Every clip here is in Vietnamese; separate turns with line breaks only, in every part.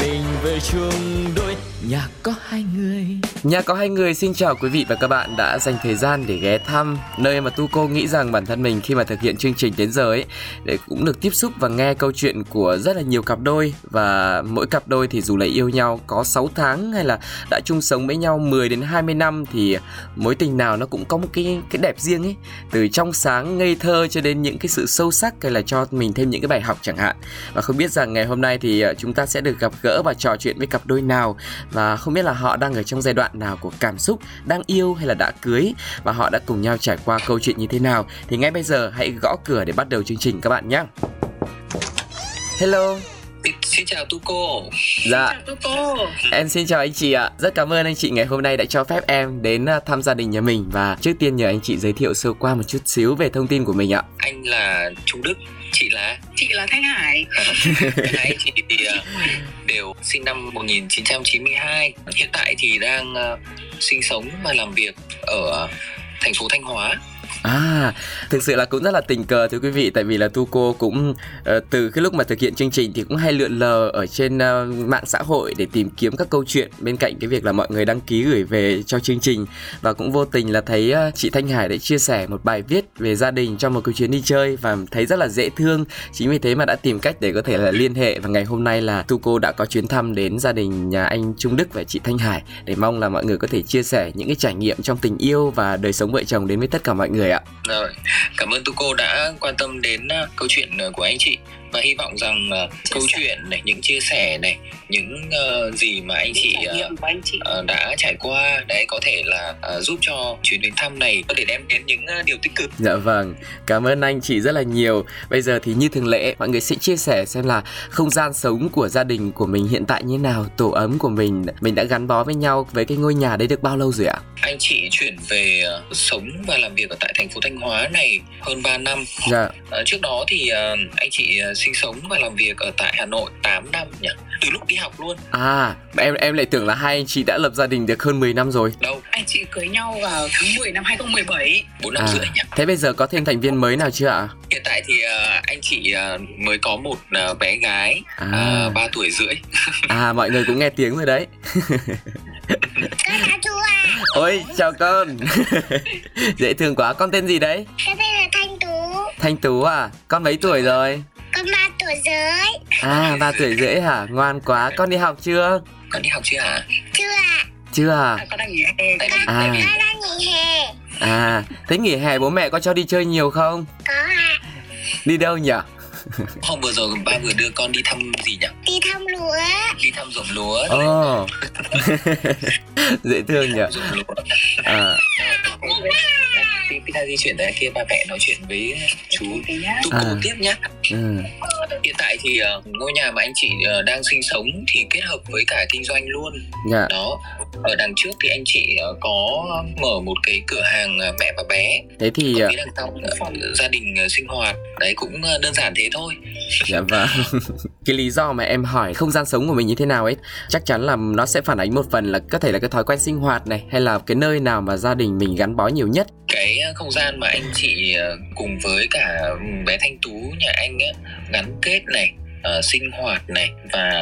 mình về chung đôi nhà có hai người
Nhà có hai người xin chào quý vị và các bạn đã dành thời gian để ghé thăm nơi mà Tu Cô nghĩ rằng bản thân mình khi mà thực hiện chương trình đến giờ ấy để cũng được tiếp xúc và nghe câu chuyện của rất là nhiều cặp đôi và mỗi cặp đôi thì dù là yêu nhau có 6 tháng hay là đã chung sống với nhau 10 đến 20 năm thì mối tình nào nó cũng có một cái cái đẹp riêng ấy từ trong sáng ngây thơ cho đến những cái sự sâu sắc hay là cho mình thêm những cái bài học chẳng hạn và không biết rằng ngày hôm nay thì ờ, chúng ta sẽ được gặp gỡ và trò chuyện với cặp đôi nào và không biết là họ đang ở trong giai đoạn nào của cảm xúc đang yêu hay là đã cưới và họ đã cùng nhau trải qua câu chuyện như thế nào thì ngay bây giờ hãy gõ cửa để bắt đầu chương trình các bạn nhé hello
Xin chào Tu Cô
dạ
Chào Tuco
em xin chào anh chị ạ rất cảm ơn anh chị ngày hôm nay đã cho phép em đến à, thăm gia đình nhà mình và trước tiên nhờ anh chị giới thiệu sơ qua một chút xíu về thông tin của mình ạ
Anh là Trung Đức Chị là
Chị là Thanh Hải
Hai anh chị thì ờ, đều sinh năm 1992 Hiện tại thì đang ờ, sinh sống và làm việc ở thành phố Thanh Hóa
À, thực sự là cũng rất là tình cờ thưa quý vị Tại vì là Tu Cô cũng ờ, từ cái lúc mà thực hiện chương trình Thì cũng hay lượn lờ ở trên ờ, mạng xã hội Để tìm kiếm các câu chuyện Bên cạnh cái việc là mọi người đăng ký gửi về cho chương trình Và cũng vô tình là thấy ờ, chị Thanh Hải đã chia sẻ một bài viết về gia đình Trong một cái chuyến đi chơi Và thấy rất là dễ thương Chính vì thế mà đã tìm cách để có thể là liên hệ Và ngày hôm nay là Tu Cô đã có chuyến thăm đến gia đình nhà anh Trung Đức và chị Thanh Hải Để mong là mọi người có thể chia sẻ những cái trải nghiệm trong tình yêu Và đời sống vợ chồng đến với tất cả mọi người ạ
Rồi, cảm ơn Tu Cô đã quan tâm đến ờ, câu chuyện ờ, của anh chị và hy vọng rằng ờ, câu
sẻ.
chuyện này, những chia sẻ này, những ờ, gì mà anh chị
Trải
ờ,
nghiệm của anh chị
ờ, đã trải qua đấy có thể là ờ, giúp cho chuyến đến thăm này có thể đem đến những ờ, điều tích cực
Dạ vâng, cảm ơn anh chị rất là nhiều. Bây giờ thì như thường lệ, mọi người sẽ chia sẻ xem là không gian sống của gia đình của mình hiện tại như nào, tổ ấm của mình, mình đã gắn bó với nhau với cái ngôi nhà đấy được bao lâu rồi ạ?
Anh chị chuyển về ờ, sống và làm việc ở tại thành phố Thanh Hóa này hơn 3 năm.
Dạ,
Ờ, trước đó thì ờ, anh chị ờ, sinh sống và làm việc ở tại Hà Nội 8 năm nhỉ. Từ lúc đi học luôn.
à, em em lại tưởng là hai anh chị đã lập gia đình được hơn 10 năm rồi.
Đâu,
Anh chị cưới nhau vào tháng 10 năm 2017
4 năm
À.
rưỡi nhỉ.
Thế bây giờ có thêm thành viên mới nào chưa ạ?
Hiện tại thì ờ, anh chị ờ, mới có một ờ, bé gái
À,
3 tuổi rưỡi.
à mọi người cũng nghe tiếng rồi đấy.
Con chào chú à,
Ôi, chào con. Dễ thương quá, con tên gì đấy?
cái tên là Thanh Tú,
Thanh Tú à, con mấy tuổi rồi?
con ba tuổi rưỡi,
À, 3 tuổi rưỡi hả? Ngoan quá, con đi học chưa?
Con đi học chưa hả?
chưa ạ,
Chưa à?
à, Con đang nghỉ hè
Tại vì,
con,
tại
À.
vì
con đang nghỉ hè,
À, thế nghỉ hè bố mẹ có cho đi chơi nhiều không?
có ạ,
Đi đâu nhỉ?
hôm vừa rồi ba vừa đưa con đi thăm gì nhỉ?
đi thăm lúa,
Đi thăm ruộng lúa.
Ồ. Dễ thương nhỉ.
Ruộng lúa.
À,
Đi ta di chuyển tới kia ba mẹ nói chuyện với chú.
Thế nhá
Tu
À.
cô tiếp nhé.
ừ.
Hiện tại thì ờ, ngôi nhà mà anh chị ờ, đang sinh sống thì kết hợp với cả kinh doanh luôn.
Dạ.
Đó. Ở đằng trước thì anh chị ờ, có mở một cái cửa hàng ờ, mẹ và bé.
Thế thì à,
Phía đằng sau là phòng gia đình ờ, sinh hoạt. Đấy cũng ờ, đơn giản thế thôi.
dạ vâng. Cái lý do mà em hỏi không gian sống của mình như thế nào ấy, chắc chắn là nó sẽ phản ánh một phần là có thể là cái thói quen sinh hoạt này hay là cái nơi nào mà gia đình mình gắn bó nhiều nhất.
Cái ờ, không gian mà anh chị ờ, cùng với cả ừ, bé Thanh Tú nhà anh ấy, gắn kết này. ờ, sinh hoạt này và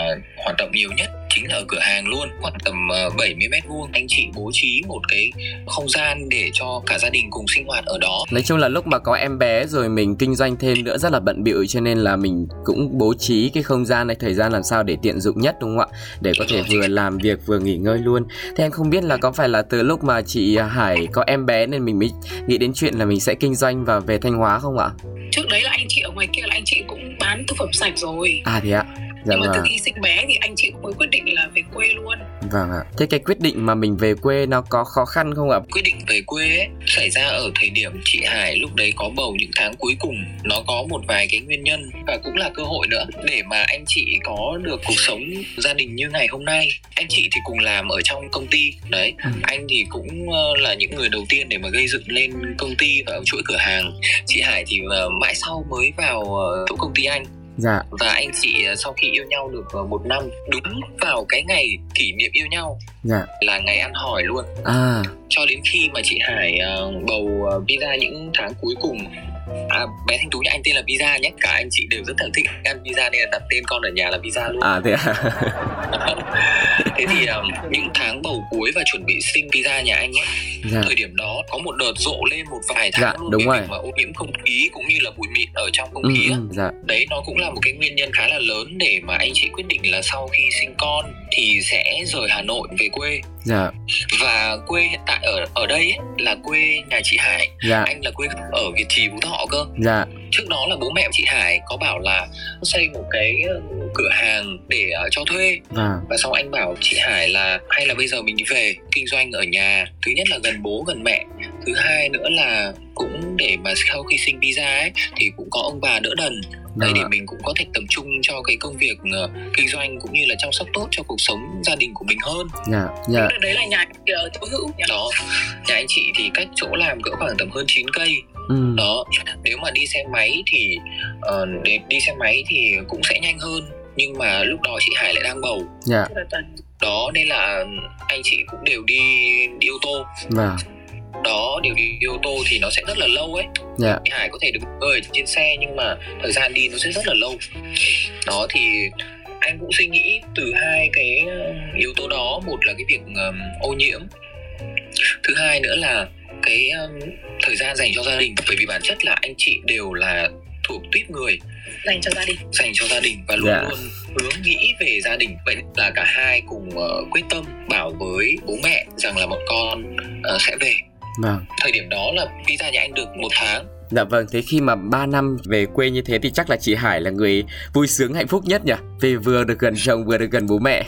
hoạt động nhiều nhất chính là ở cửa hàng luôn khoảng tầm ờ, 70 mét vuông anh chị bố trí một cái không gian để cho cả gia đình cùng sinh hoạt ở đó
Nói chung là lúc mà có em bé rồi mình kinh doanh thêm nữa rất là bận bịu cho nên là mình cũng bố trí cái không gian này thời gian làm sao để tiện dụng nhất đúng không ạ? Để có thể vừa làm việc vừa nghỉ ngơi luôn. Thế em không biết là có phải là từ lúc mà chị Hải có em bé nên mình mới nghĩ đến chuyện là mình sẽ kinh doanh và về Thanh Hóa không ạ?
Trước đấy là anh chị ở ngoài kia là anh chị cũng bán thực phẩm sạch rồi
À thế ạ. dạ
nhưng mà từ
vâng
khi sinh bé thì anh chị cũng mới quyết định là về quê luôn
vâng ạ thế cái quyết định mà mình về quê nó có khó khăn không ạ
quyết định về quê ấy, xảy ra ở thời điểm chị Hải lúc đấy có bầu những tháng cuối cùng nó có một vài cái nguyên nhân và cũng là cơ hội nữa để mà anh chị có được cuộc sống gia đình như ngày hôm nay anh chị thì cùng làm ở trong công ty đấy
Ừ.
anh thì cũng ờ, là những người đầu tiên để mà gây dựng lên công ty và chuỗi cửa hàng chị Hải thì ờ, mãi sau mới vào ờ, chỗ công ty anh
dạ
và anh chị ờ, sau khi yêu nhau được ờ, một năm đúng vào cái ngày kỷ niệm yêu nhau
dạ
là ngày ăn hỏi luôn
à
cho đến khi mà chị Hải ờ, bầu ờ, pizza những tháng cuối cùng à, bé Thanh Tú nhà anh tên là pizza nhé cả anh chị đều rất là thích ăn pizza nên là đặt tên con ở nhà là pizza luôn
à thế ạ À.
thế thì ờ, những tháng bầu cuối và chuẩn bị sinh pizza nhà anh ấy
dạ
thời điểm đó có một đợt rộ lên một vài tháng
Dạ,
luôn
đúng
cái
rồi.
việc mà ô nhiễm không khí cũng như là bụi mịn ở trong không
ừ,
khí á.
ừ, dạ
đấy nó cũng là một cái nguyên nhân khá là lớn để mà anh chị quyết định là sau khi sinh con thì sẽ rời Hà Nội về quê
dạ
và quê hiện tại ở ở đây ấy, là quê nhà chị Hải
dạ
anh là quê ở Việt Trì Phú Thọ cơ
dạ
trước đó là bố mẹ chị Hải có bảo là xây một cái ờ, cửa hàng để ờ, cho thuê
vâng
và sau anh bảo chị Hải là hay là bây giờ mình về kinh doanh ở nhà thứ nhất là gần bố gần mẹ thứ hai nữa là cũng để mà sau khi sinh visa ấy thì cũng có ông bà đỡ đần đấy
vâng
để
ạ
mình cũng có thể tập trung cho cái công việc ờ, kinh doanh cũng như là chăm sóc tốt cho cuộc sống gia đình của mình hơn
dạ dạ
Lúc đấy là nhà chị ở chỗ hữu nhà
đó nhà anh chị thì cách chỗ làm cỡ khoảng tầm hơn 9 cây
ừ
đó nếu mà đi xe máy thì ờ, để đi xe máy thì cũng sẽ nhanh hơn nhưng mà lúc đó chị Hải lại đang bầu
dạ
rất là tuần
đó nên là anh chị cũng đều đi, đi ô tô
vâng
đó đều đi, đi ô tô thì nó sẽ rất là lâu ấy
dạ
chị Hải có thể được ngồi trên xe nhưng mà thời gian đi nó sẽ rất là lâu đó thì anh cũng suy nghĩ từ hai cái ờ, yếu tố đó một là cái việc ờ, ô nhiễm thứ hai nữa là cái ờ, thời gian dành cho gia đình bởi vì bản chất là anh chị đều là thuộc tuyết người
dành cho gia đình
dành cho gia đình và luôn
Dạ.
luôn hướng nghĩ về gia đình vậy nên là cả hai cùng ờ, quyết tâm bảo với bố mẹ rằng là bọn con ờ, sẽ về
vâng
thời điểm đó là visa nhà anh được một tháng
dạ vâng thế khi mà 3 năm về quê như thế thì chắc là chị Hải là người vui sướng hạnh phúc nhất nhỉ vì vừa được gần chồng vừa được gần bố mẹ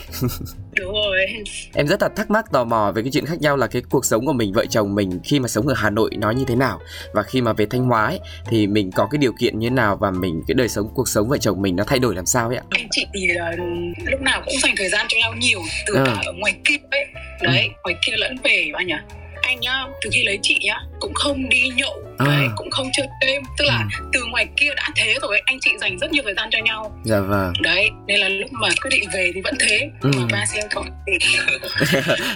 đúng rồi
Em rất là thắc mắc tò mò về cái chuyện khác nhau là cái cuộc sống của mình vợ chồng mình khi mà sống ở Hà Nội nó như thế nào và khi mà về Thanh Hóa ấy, thì mình có cái điều kiện như thế nào và mình cái đời sống cuộc sống vợ chồng mình nó thay đổi làm sao ấy ạ?
anh chị thì là lúc nào cũng dành thời gian cho nhau nhiều từ
Ừ.
cả ở ngoài kia ấy đấy ngoài kia lẫn về bạn nhỉ anh nhá từ khi lấy chị nhá cũng không đi nhậu
À. Ừ.
đấy cũng không chơi game tức là từ ngoài kia đã thế rồi ấy, anh chị dành rất nhiều thời gian cho nhau
Dạ vâng.
đấy nên là lúc mà quyết định về thì vẫn thế
Ừ.
mà ba xem có thì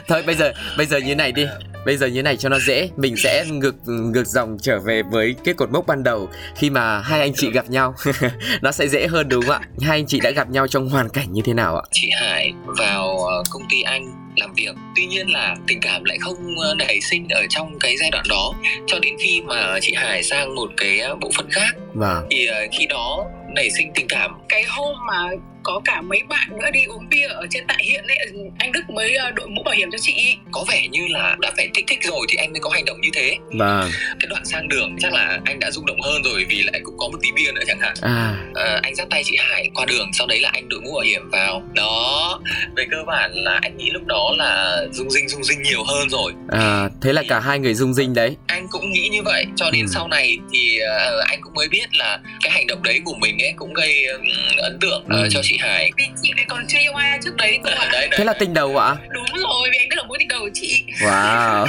Thôi bây giờ bây giờ như này đi. Bây giờ như này cho nó dễ, mình sẽ ngược ngược dòng trở về với cái cột mốc ban đầu khi mà hai anh chị gặp nhau. nó sẽ dễ hơn đúng không ạ? Hai anh chị đã gặp nhau trong hoàn cảnh như thế nào ạ?
chị Hải vào ờ, công ty anh làm việc tuy nhiên là tình cảm lại không ờ, nảy sinh ở trong cái giai đoạn đó cho đến khi mà chị Hải sang một cái ờ, bộ phận khác
Vâng.
thì ờ, khi đó nảy sinh tình cảm
cái hôm mà có cả mấy bạn nữa đi uống bia ở trên tại hiện ấy anh đức mới ờ, đội mũ bảo hiểm cho chị ý.
có vẻ như là đã phải thích thích rồi thì anh mới có hành động như thế
Vâng.
cái đoạn sang đường chắc là anh đã rung động hơn rồi vì lại cũng có một tí bia nữa chẳng hạn
À,
Ờ, anh dắt tay chị Hải qua đường sau đấy là anh đội mũ bảo hiểm vào đó về cơ bản là anh nghĩ lúc đó là rung rinh rung rinh nhiều hơn rồi
à thế là cả hai người dung dinh đấy.
anh cũng nghĩ như vậy cho đến
Ừ.
sau này thì ờ, anh cũng mới biết là cái hành động đấy của mình ấy cũng gây ừm, ấn tượng ờ,
Ừ.
cho chị Hải
vì chị này còn chưa yêu ai trước đấy cơ
Ờ,
mà
đấy, đấy.
Thế là tình đầu ạ?
đúng rồi vì anh đức là mối tình đầu của chị
Wow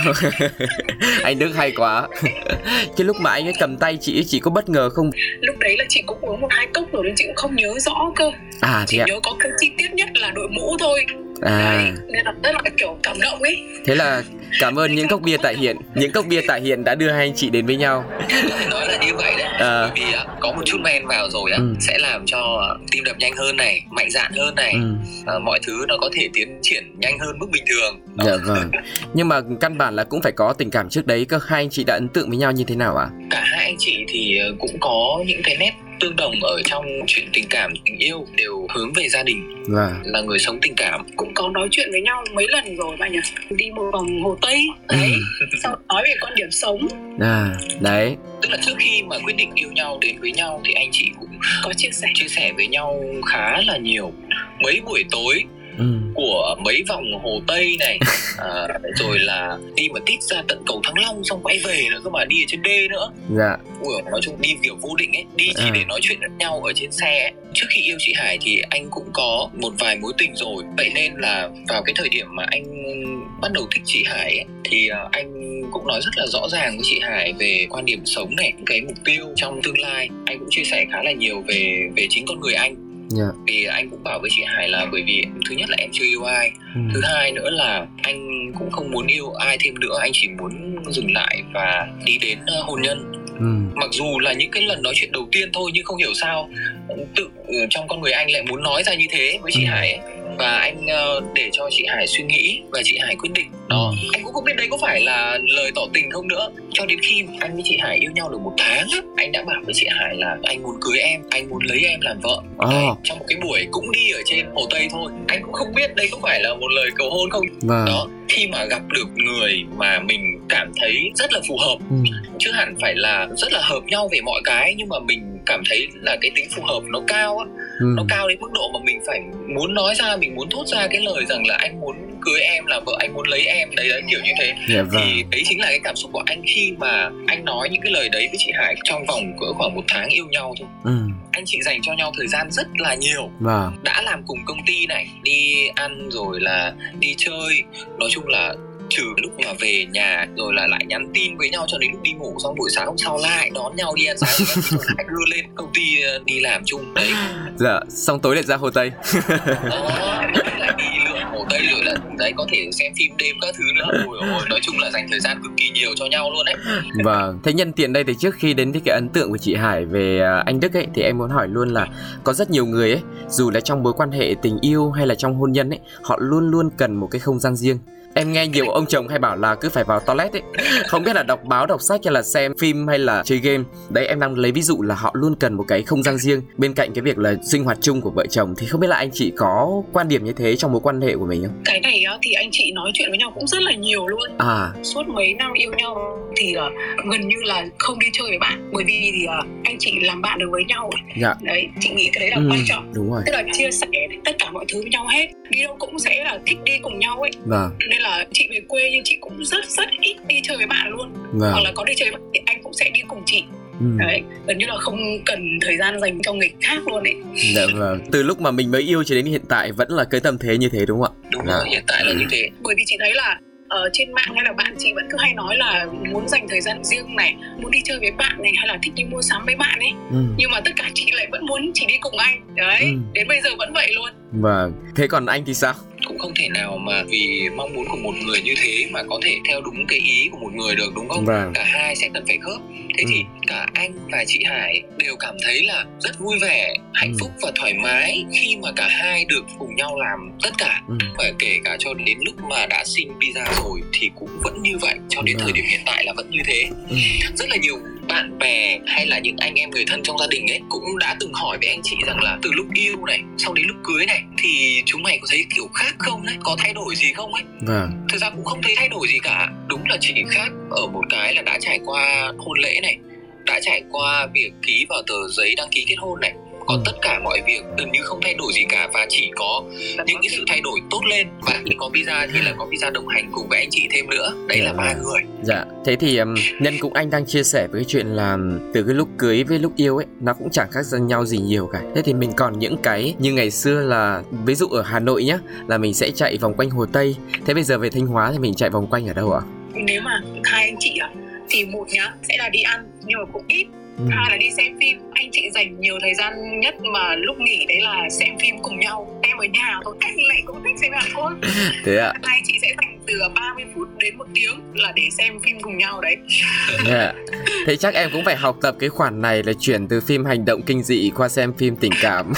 Anh Đức hay quá Cái lúc mà anh ấy cầm tay chị ấy, Chị có bất ngờ không
lúc đấy là chị cũng uống một hai cốc rồi nên chị cũng không nhớ rõ cơ
À
chị
thế ạ
nhớ có cái chi tiết nhất là đội mũ thôi đấy
À
nên là rất là kiểu cảm động ấy
Thế là cảm ơn những cốc bia tại hiện Những cốc bia tại hiện đã đưa hai anh chị đến với nhau
Phải nói là như vậy đấy
Ờ.
bởi vì á, có một chút men vào rồi á
Ừ.
sẽ làm cho ờ, tim đập nhanh hơn này mạnh dạn hơn này
ừ,
ờ, mọi thứ nó có thể tiến triển nhanh hơn mức bình thường
Dạ vâng Nhưng mà căn bản là cũng phải có tình cảm trước đấy Cơ hai anh chị đã ấn tượng với nhau như thế nào ạ
cả hai anh chị thì ờ, cũng có những cái nét tương đồng ở trong chuyện tình cảm tình yêu đều hướng về gia đình
Vâng
là người sống tình cảm
cũng có nói chuyện với nhau mấy lần rồi bạn nhỉ đi một vòng hồ tây
Ừ.
đấy sau nói về con điểm sống
à, Đấy
tức là trước khi mà quyết định yêu nhau đến với nhau thì anh chị cũng
có chia sẻ
chia sẻ với nhau khá là nhiều mấy buổi tối
ừ.
của mấy vòng hồ tây này à, rồi là đi mà tít ra tận cầu thăng long xong quay về nữa cơ mà đi ở trên đê nữa
dạ
Ủa, nói chung đi kiểu vô định ấy đi chỉ
À.
để nói chuyện với nhau ở trên xe ấy. trước khi yêu chị hải thì anh cũng có một vài mối tình rồi vậy nên là vào cái thời điểm mà anh bắt đầu thích chị hải ấy, thì à, anh cũng nói rất là rõ ràng với chị hải về quan điểm sống này cái mục tiêu trong tương lai anh cũng chia sẻ khá là nhiều về về chính con người anh
Dạ.
thì anh cũng bảo với chị hải là bởi vì thứ nhất là em chưa yêu ai
Ừ.
thứ hai nữa là anh cũng không muốn yêu ai thêm nữa anh chỉ muốn dừng lại và đi đến ờ, hôn nhân
Ừ.
mặc dù là những cái lần nói chuyện đầu tiên thôi nhưng không hiểu sao tự ừ, trong con người anh lại muốn nói ra như thế với chị
Ừ.
Hải ấy. và anh ờ, để cho chị Hải suy nghĩ và chị Hải quyết định đó anh cũng không biết đấy có phải là lời tỏ tình không nữa cho đến khi anh với chị Hải yêu nhau được một tháng á, anh đã bảo với chị Hải là anh muốn cưới em anh muốn lấy em làm vợ
Ờ.
Đấy, trong một cái buổi cũng đi ở trên hồ tây thôi anh cũng không biết đây có phải là một lời cầu hôn không
Vâng.
đó khi mà gặp được người mà mình cảm thấy rất là phù hợp
Ừ.
chứ hẳn phải là rất là hợp nhau về mọi cái nhưng mà mình cảm thấy là cái tính phù hợp nó cao á
Ừ.
nó cao đến mức độ mà mình phải muốn nói ra mình muốn thốt ra cái lời rằng là anh muốn cưới em là vợ anh muốn lấy em đấy đấy kiểu như thế
Dạ vâng.
thì đấy chính là cái cảm xúc của anh khi mà anh nói những cái lời đấy với chị hải trong vòng cỡ khoảng một tháng yêu nhau thôi
Ừ.
anh chị dành cho nhau thời gian rất là nhiều
Vâng.
đã làm cùng công ty này đi ăn rồi là đi chơi nói chung là trừ lúc mà về nhà rồi là lại nhắn tin với nhau cho đến lúc đi ngủ xong buổi sáng hôm sau lại đón nhau đi ăn sáng rồi lại đưa lên công ty ờ, đi làm chung đấy
Dạ, xong tối lại ra Hồ Tây.
đó lại đi lượn hồ tây rồi là đấy có thể xem phim đêm các thứ nữa ôi ôi nói chung là dành thời gian cực kỳ nhiều cho nhau luôn đấy
Vâng. Thế nhân tiện đây thì trước khi đến với cái ấn tượng của chị Hải về à, anh Đức ấy thì em muốn hỏi luôn là có rất nhiều người ấy, dù là trong mối quan hệ tình yêu hay là trong hôn nhân ấy, họ luôn luôn cần một cái không gian riêng. Em nghe nhiều ông chồng hay bảo là cứ phải vào toilet ấy. Không biết là đọc báo, đọc sách hay là xem phim hay là chơi game. Đấy em đang lấy ví dụ là họ luôn cần một cái không gian riêng bên cạnh cái việc là sinh hoạt chung của vợ chồng thì không biết là anh chị có quan điểm như thế trong mối quan hệ của mình không?
cái này á, thì anh chị nói chuyện với nhau cũng rất là nhiều luôn
À,
suốt mấy năm yêu nhau thì ờ, gần như là không đi chơi với bạn bởi vì thì, ờ, anh chị làm bạn được với nhau ấy.
Dạ.
đấy chị nghĩ cái đấy là
Ừ.
quan trọng
đúng rồi.
tức là chia sẻ tất cả mọi thứ với nhau hết đi đâu cũng sẽ là thích đi cùng nhau ấy
Vâng,
nên là chị về quê nhưng chị cũng rất rất ít đi chơi với bạn luôn
vâng.
hoặc là có đi chơi với bạn thì anh cũng sẽ đi cùng chị
Ừ.
đấy gần như là không cần thời gian dành cho người khác luôn ấy
Dạ vâng. Từ lúc mà mình mới yêu cho đến hiện tại vẫn là cái tâm thế như thế đúng không ạ?
đúng
Dạ.
rồi hiện tại là như thế
bởi vì chị thấy là ở trên mạng hay là bạn chị vẫn cứ hay nói là muốn dành thời gian riêng này muốn đi chơi với bạn này hay là thích đi mua sắm với bạn ấy
Ừ.
nhưng mà tất cả chị lại vẫn muốn chỉ đi cùng anh đấy
Ừ.
đến bây giờ vẫn vậy luôn
Vâng. Thế còn anh thì sao?
cũng không thể nào mà vì mong muốn của một người như thế mà có thể theo đúng cái ý của một người được đúng không
Vâng.
cả hai sẽ cần phải khớp thế
Ừ.
thì cả anh và chị hải đều cảm thấy là rất vui vẻ hạnh
Ừ.
phúc và thoải mái khi mà cả hai được cùng nhau làm tất cả
Ừ.
và kể cả cho đến lúc mà đã sinh pizza rồi thì cũng vẫn như vậy cho đến
Vâng.
thời điểm hiện tại là vẫn như thế
Ừ.
rất là nhiều bạn bè hay là những anh em người thân trong gia đình ấy cũng đã từng hỏi với anh chị rằng là từ lúc yêu này sau đến lúc cưới này thì chúng mày có thấy kiểu khác không ấy có thay đổi gì không ấy
Vâng.
thực ra cũng không thấy thay đổi gì cả đúng là chỉ khác ở một cái là đã trải qua hôn lễ này đã trải qua việc ký vào tờ giấy đăng ký kết hôn này còn tất cả mọi việc gần như không thay đổi gì cả và chỉ có
Dạ vâng.
những cái sự thay đổi tốt lên bạn thì có visa thì là có visa đồng hành cùng với anh chị thêm nữa đấy là ba người
Dạ. Thế thì um, nhân cũng anh đang chia sẻ với cái chuyện là um, từ cái lúc cưới với lúc yêu ấy nó cũng chẳng khác dân nhau gì nhiều cả. Thế thì mình còn những cái như ngày xưa là ví dụ ở Hà Nội nhá là mình sẽ chạy vòng quanh Hồ Tây. Thế bây giờ về Thanh Hóa thì mình chạy vòng quanh ở đâu ạ?
nếu mà hai anh chị à thì một nhá sẽ là đi ăn nhưng mà cũng ít
Ừ.
hai là đi xem phim anh chị dành nhiều thời gian nhất mà lúc nghỉ đấy là xem phim cùng nhau em ở nhà thôi anh lại cũng thích xem hàn quốc
Thế ạ.
hai chị sẽ dành từ 30 phút đến một tiếng là để xem phim cùng nhau đấy
Dạ. Thế chắc em cũng phải học tập cái khoản này là chuyển từ phim hành động kinh dị qua xem phim tình cảm.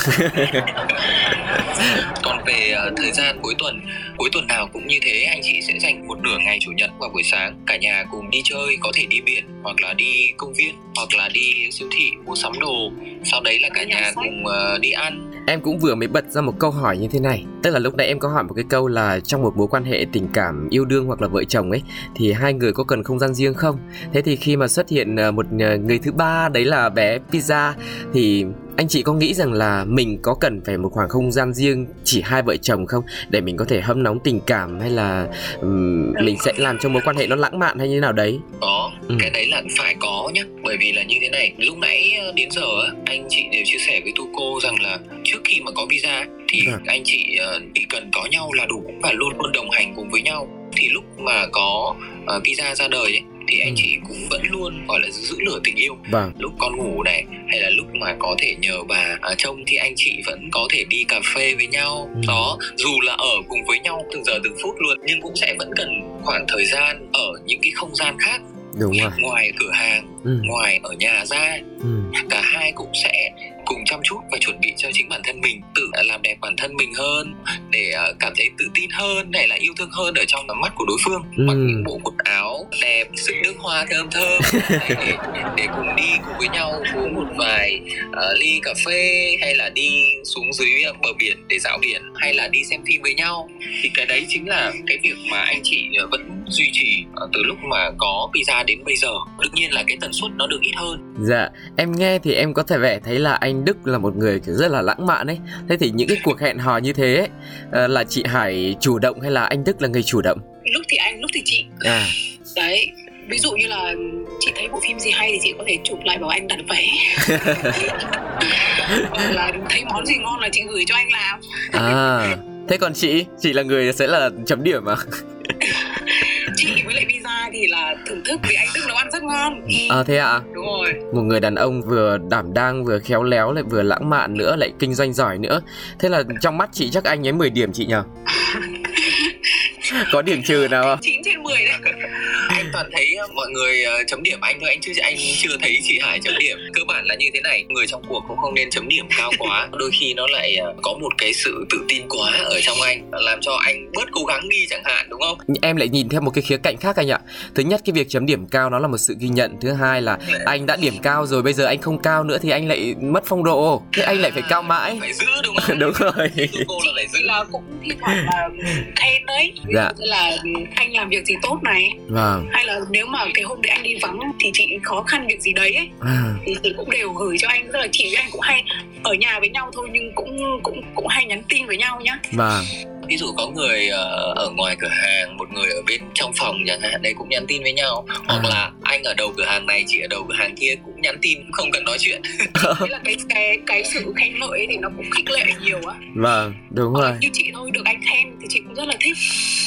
còn về ờ, thời gian cuối tuần cuối tuần nào cũng như thế anh chị sẽ dành một nửa ngày chủ nhật và buổi sáng cả nhà cùng đi chơi có thể đi biển hoặc là đi công viên hoặc là đi siêu thị mua sắm đồ sau đấy là cả nhà cùng ờ, đi ăn
Em cũng vừa mới bật ra một câu hỏi như thế này tức là lúc nãy em có hỏi một cái câu là trong một mối quan hệ tình cảm yêu đương hoặc là vợ chồng ấy thì hai người có cần không gian riêng không thế thì khi mà xuất hiện ờ, một ờ, người thứ ba đấy là bé pizza thì anh chị có nghĩ rằng là mình có cần phải một khoảng không gian riêng chỉ hai vợ chồng không để mình có thể hâm nóng tình cảm hay là ừm, mình sẽ làm cho mối quan hệ nó lãng mạn hay như thế nào đấy
có
Ừ.
cái đấy là phải có nhá bởi vì là như thế này lúc nãy ờ, đến giờ á, anh chị đều chia sẻ với tu cô rằng là trước khi mà có visa ấy, thì
Dạ.
anh chị ờ, chỉ cần có nhau là đủ và luôn luôn đồng hành cùng với nhau thì lúc mà có ờ, visa ra đời ấy, thì anh
Ừ.
chị cũng vẫn luôn gọi là giữ lửa tình yêu
vâng
lúc con ngủ này hay là lúc mà có thể nhờ bà à, trông thì anh chị vẫn có thể đi cà phê với nhau
Ừ.
đó dù là ở cùng với nhau từng giờ từng phút luôn nhưng cũng sẽ vẫn cần khoảng thời gian ở những cái không gian khác
đúng rồi
ngoài cửa hàng
ừ,
ngoài ở nhà ra
ừ.
cả hai cũng sẽ cùng chăm chút và chuẩn bị cho chính bản thân mình tự làm đẹp bản thân mình hơn để à, cảm thấy tự tin hơn để là yêu thương hơn ở trong tầm mắt của đối phương
Ừ.
mặc những bộ quần áo đẹp sức nước hoa thơm thơm để, để cùng đi cùng với nhau uống một vài ờ, ly cà phê hay là đi xuống dưới ờ, bờ biển để dạo biển hay là đi xem phim với nhau thì cái đấy chính là cái việc mà anh chị ờ, vẫn duy trì ờ, từ lúc mà có visa đến bây giờ đương nhiên là cái tần suất nó được ít hơn
Dạ, em nghe thì em có thể vẻ thấy là anh Đức là một người kiểu rất là lãng mạn ấy. Thế thì những cái cuộc hẹn hò như thế ấy, ờ, là chị Hải chủ động hay là anh Đức là người chủ động?
lúc thì anh lúc thì chị
À,
đấy ví dụ như là chị thấy bộ phim gì hay thì chị có thể chụp lại bảo anh đặt vé hoặc là thấy món gì ngon là chị gửi cho anh làm
à. Thế còn chị, chị là người sẽ là chấm điểm à?
chị với lại visa thì là thưởng thức vì anh thức nấu ăn rất ngon Ừ,
À thế ạ, à?
đúng rồi
một người đàn ông vừa đảm đang, vừa khéo léo lại vừa lãng mạn nữa, lại kinh doanh giỏi nữa. Thế là trong mắt chị chắc anh ấy 10 điểm chị nhờ? có điểm trừ nào không?
9 trên 10 đấy
anh toàn thấy ờ, mọi người ờ, chấm điểm anh thôi anh chưa anh chưa thấy chị Hải chấm điểm cơ bản là như thế này người trong cuộc cũng không nên chấm điểm cao quá đôi khi nó lại ờ, có một cái sự tự tin quá ở trong anh làm cho anh bớt cố gắng đi chẳng hạn đúng không
em lại nhìn theo một cái khía cạnh khác anh ạ thứ nhất cái việc chấm điểm cao nó là một sự ghi nhận thứ hai là anh đã điểm cao rồi bây giờ anh không cao nữa thì anh lại mất phong độ thế anh lại phải cao mãi
phải giữ đúng không
đúng rồi
cô là phải giữ
chị là cũng thi thoảng là khen đấy Ví dụ
Dạ.
như là anh làm việc gì tốt này
vâng
hay là nếu mà cái hôm đấy anh đi vắng thì chị khó khăn việc gì đấy ấy,
à,
thì chị cũng đều gửi cho anh tức là chị với anh cũng hay ở nhà với nhau thôi nhưng cũng cũng cũng hay nhắn tin với nhau nhá
vâng
ví dụ có người ờ, ở ngoài cửa hàng một người ở bên trong phòng chẳng hạn đây cũng nhắn tin với nhau hoặc
À.
là anh ở đầu cửa hàng này chị ở đầu cửa hàng kia cũng nhắn tin cũng không cần nói chuyện
thế là cái cái cái sự khen ngợi ấy thì nó cũng khích lệ nhiều á
vâng đúng rồi
như chị thôi được anh khen thì chị cũng rất là thích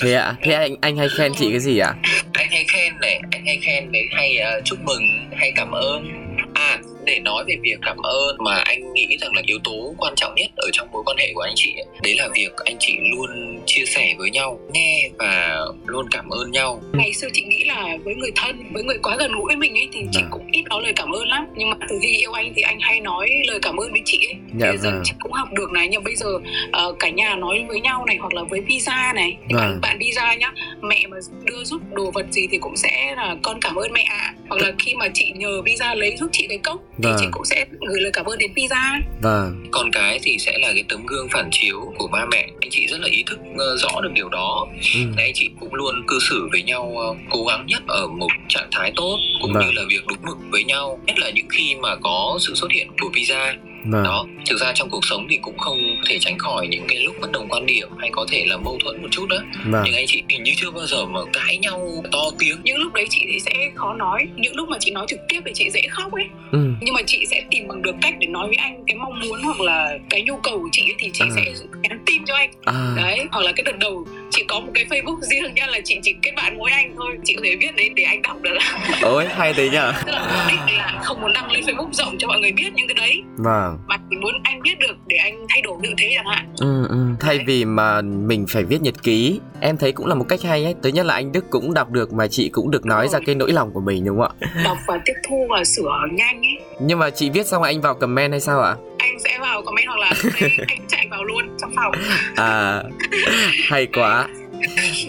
thế ạ thế anh anh hay khen chị cái gì ạ
anh hay khen này anh hay khen đấy hay ờ, chúc mừng hay cảm ơn à để nói về việc cảm ơn mà anh nghĩ rằng là yếu tố quan trọng nhất ở trong mối quan hệ của anh chị ấy, đấy là việc anh chị luôn chia sẻ với nhau nghe và luôn cảm ơn
Ừ.
nhau
ngày xưa chị nghĩ là với người thân với người quá gần gũi với mình ấy thì chị
Vâng.
cũng ít nói lời cảm ơn lắm nhưng mà từ khi yêu anh thì anh hay nói lời cảm ơn với chị ấy
dạ
thì giờ
vâng
chị cũng học được này nhưng bây giờ ờ, cả nhà nói với nhau này hoặc là với visa này
vâng
bạn đi ra nhá mẹ mà đưa giúp đồ vật gì thì cũng sẽ là con cảm ơn mẹ ạ hoặc là khi mà chị nhờ visa lấy giúp chị cái cốc thì
Dạ. Vâng.
chị cũng sẽ gửi lời cảm ơn đến visa
vâng
còn cái thì sẽ là cái tấm gương phản chiếu của ba mẹ anh chị rất là ý thức ờ, rõ được điều đó
ừ,
Thế anh chị cũng luôn cư xử với nhau ờ, cố gắng nhất ở một trạng thái tốt cũng
Vâng.
như là việc đúng mực với nhau nhất là những khi mà có sự xuất hiện của visa
vâng
đó thực ra trong cuộc sống thì cũng không thể tránh khỏi những cái lúc bất đồng quan điểm hay có thể là mâu thuẫn một chút đó
vâng
nhưng anh chị hình như chưa bao giờ mà cãi nhau to tiếng
những lúc đấy chị thì sẽ khó nói những lúc mà chị nói trực tiếp thì chị dễ khóc ấy
ừ,
nhưng mà chị sẽ tìm bằng được cách để nói với anh cái mong muốn hoặc là cái nhu cầu của chị ấy thì chị
À.
sẽ nhắn tin cho anh
à,
đấy hoặc là cái đợt đầu chị có một cái facebook riêng nha là chị chỉ kết bạn mỗi anh thôi chị có thể viết đấy để anh đọc được
ôi hay thế nhở
tức là mục đích là không muốn đăng lên facebook rộng cho mọi người biết những cái đấy
vâng
mà chỉ muốn anh biết được để anh thay đổi như thế chẳng hạn
Ừ, ừ. thay vì mà mình phải viết nhật ký em thấy cũng là một cách hay ấy tới nhất là anh đức cũng đọc được mà chị cũng được nói ra cái nỗi lòng của mình đúng không ạ
đọc và tiếp thu và sửa nhanh ấy
nhưng mà chị viết xong anh vào comment hay sao ạ
anh sẽ vào comment hoặc là lúc đấy anh chạy vào luôn trong phòng
à hay quá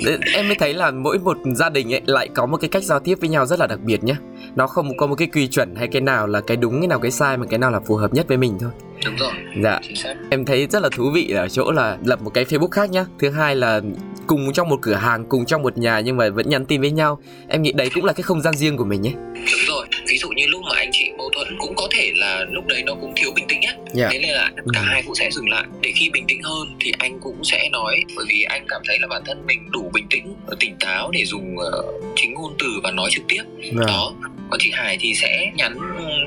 Đấy, em mới thấy là mỗi một gia đình ấy lại có một cái cách giao tiếp với nhau rất là đặc biệt nhé nó không có một cái quy chuẩn hay cái nào là cái đúng cái nào cái sai mà cái nào là phù hợp nhất với mình thôi
đúng rồi
Dạ.
chính xác
Em thấy rất là thú vị là ở chỗ là lập một cái Facebook khác nhá. Thứ hai là cùng trong một cửa hàng, cùng trong một nhà nhưng mà vẫn nhắn tin với nhau. Em nghĩ đấy cũng là cái không gian riêng của mình ấy.
đúng rồi ví dụ như lúc mà anh chị mâu thuẫn cũng có thể là lúc đấy nó cũng thiếu bình tĩnh á
Dạ.
thế nên là cả
Ừ.
hai cũng sẽ dừng lại để khi bình tĩnh hơn thì anh cũng sẽ nói bởi vì anh cảm thấy là bản thân mình đủ bình tĩnh tỉnh táo để dùng ờ, chính ngôn từ và nói trực tiếp
Dạ. Ờ.
đó còn chị Hải thì sẽ nhắn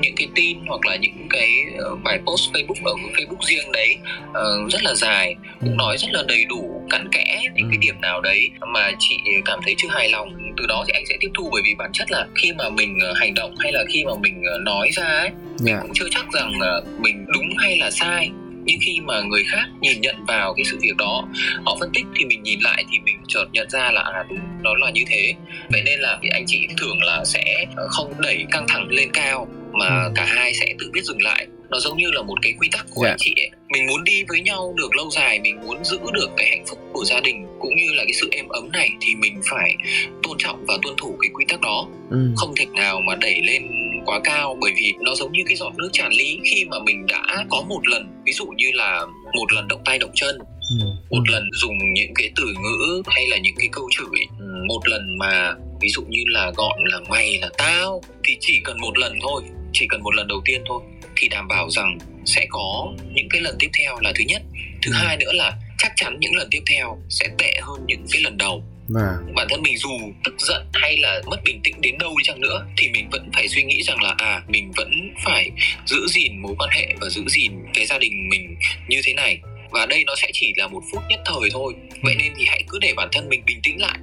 những cái tin hoặc là những cái ờ, bài post Facebook ở Facebook riêng đấy ờ, rất là dài
Ừ.
cũng nói rất là đầy đủ cặn kẽ những cái điểm nào đấy mà chị cảm thấy chưa hài lòng từ đó thì anh sẽ tiếp thu bởi vì bản chất là khi mà mình ờ, hành động hay là khi mà mình ờ, nói ra ấy
Dạ.
cũng chưa chắc rằng là mình đúng hay là sai nhưng khi mà người khác nhìn nhận vào cái sự việc đó họ phân tích thì mình nhìn lại thì mình chợt nhận ra là à đúng nó là như thế vậy nên là anh chị thường là sẽ ờ, không đẩy căng thẳng lên cao mà
Ừ.
cả hai sẽ tự biết dừng lại nó giống như là một cái quy tắc của
Dạ.
anh chị ấy. mình muốn đi với nhau được lâu dài mình muốn giữ được cái hạnh phúc của gia đình cũng như là cái sự êm ấm này thì mình phải tôn trọng và tuân thủ cái quy tắc đó
Ừ.
không thể nào mà đẩy lên quá cao bởi vì nó giống như cái giọt nước tràn ly khi mà mình đã có một lần ví dụ như là một lần động tay động chân
Ừ.
một lần dùng những cái từ ngữ hay là những cái câu chửi ừ, một lần mà ví dụ như là gọn là mày là tao thì chỉ cần một lần thôi chỉ cần một lần đầu tiên thôi thì đảm bảo rằng sẽ có những cái lần tiếp theo là thứ nhất thứ hai nữa là chắc chắn những lần tiếp theo sẽ tệ hơn những cái lần đầu
Dạ.
bản thân mình dù tức giận hay là mất bình tĩnh đến đâu đi chăng nữa thì mình vẫn phải suy nghĩ rằng là à mình vẫn phải giữ gìn mối quan hệ và giữ gìn cái gia đình mình như thế này và đây nó sẽ chỉ là một phút nhất thời thôi vậy nên thì hãy cứ để bản thân mình bình tĩnh lại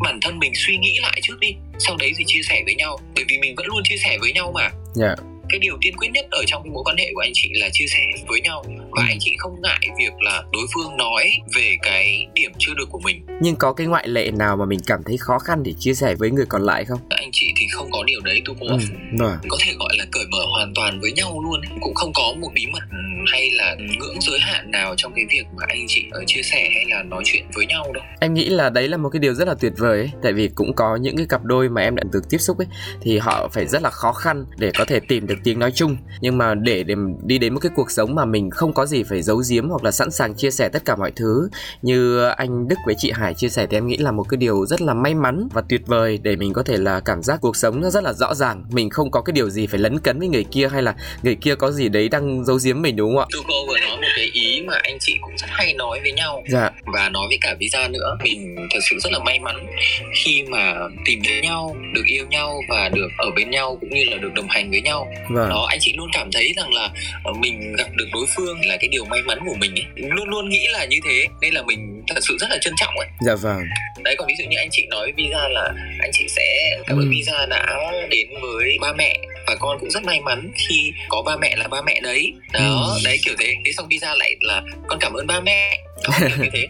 bản thân mình suy nghĩ lại trước đi sau đấy thì chia sẻ với nhau bởi vì mình vẫn luôn chia sẻ với nhau mà
Dạ.
cái điều tiên quyết nhất ở trong cái mối quan hệ của anh chị là chia sẻ với nhau và anh chị không ngại việc là đối phương nói về cái điểm chưa được của mình
Nhưng có cái ngoại lệ nào mà mình cảm thấy khó khăn để chia sẻ với người còn lại không?
anh chị thì không có điều đấy tôi cũng
Ừ. Rồi.
có thể gọi là cởi mở hoàn toàn với nhau luôn cũng không có một bí mật ừ, hay là ngưỡng giới hạn nào trong cái việc mà anh chị ờ, chia sẻ hay là nói chuyện với nhau đâu
Em nghĩ là đấy là một cái điều rất là tuyệt vời ấy, tại vì cũng có những cái cặp đôi mà em đã được tiếp xúc ấy thì họ phải rất là khó khăn để có thể tìm được tiếng nói chung, nhưng mà để, để đi đến một cái cuộc sống mà mình không có gì phải giấu giếm hoặc là sẵn sàng chia sẻ tất cả mọi thứ như anh Đức với chị Hải chia sẻ thì em nghĩ là một cái điều rất là may mắn và tuyệt vời để mình có thể là cảm giác cuộc sống nó rất là rõ ràng, mình không có cái điều gì phải lấn cấn với người kia hay là người kia có gì đấy đang giấu giếm mình đúng không ạ?
tôi cô vừa nói một cái ý mà anh chị cũng rất hay nói với nhau
Dạ,
và nói với cả visa nữa mình thật sự rất là may mắn khi mà tìm thấy nhau được yêu nhau và được ở bên nhau cũng như là được đồng hành với nhau
vâng,
đó anh chị luôn cảm thấy rằng là ờ, mình gặp được đối phương là cái điều may mắn của mình ấy. luôn luôn nghĩ là như thế nên là mình thật sự rất là trân trọng ấy
dạ vâng,
đấy còn ví dụ như anh chị nói với visa là anh chị sẽ cảm ơn
Ừ.
visa đã đến với ba mẹ và con cũng rất may mắn khi có ba mẹ là ba mẹ đấy đó
Ừ.
đấy kiểu thế thế xong visa lại là con cảm ơn ba mẹ đó, kiểu như thế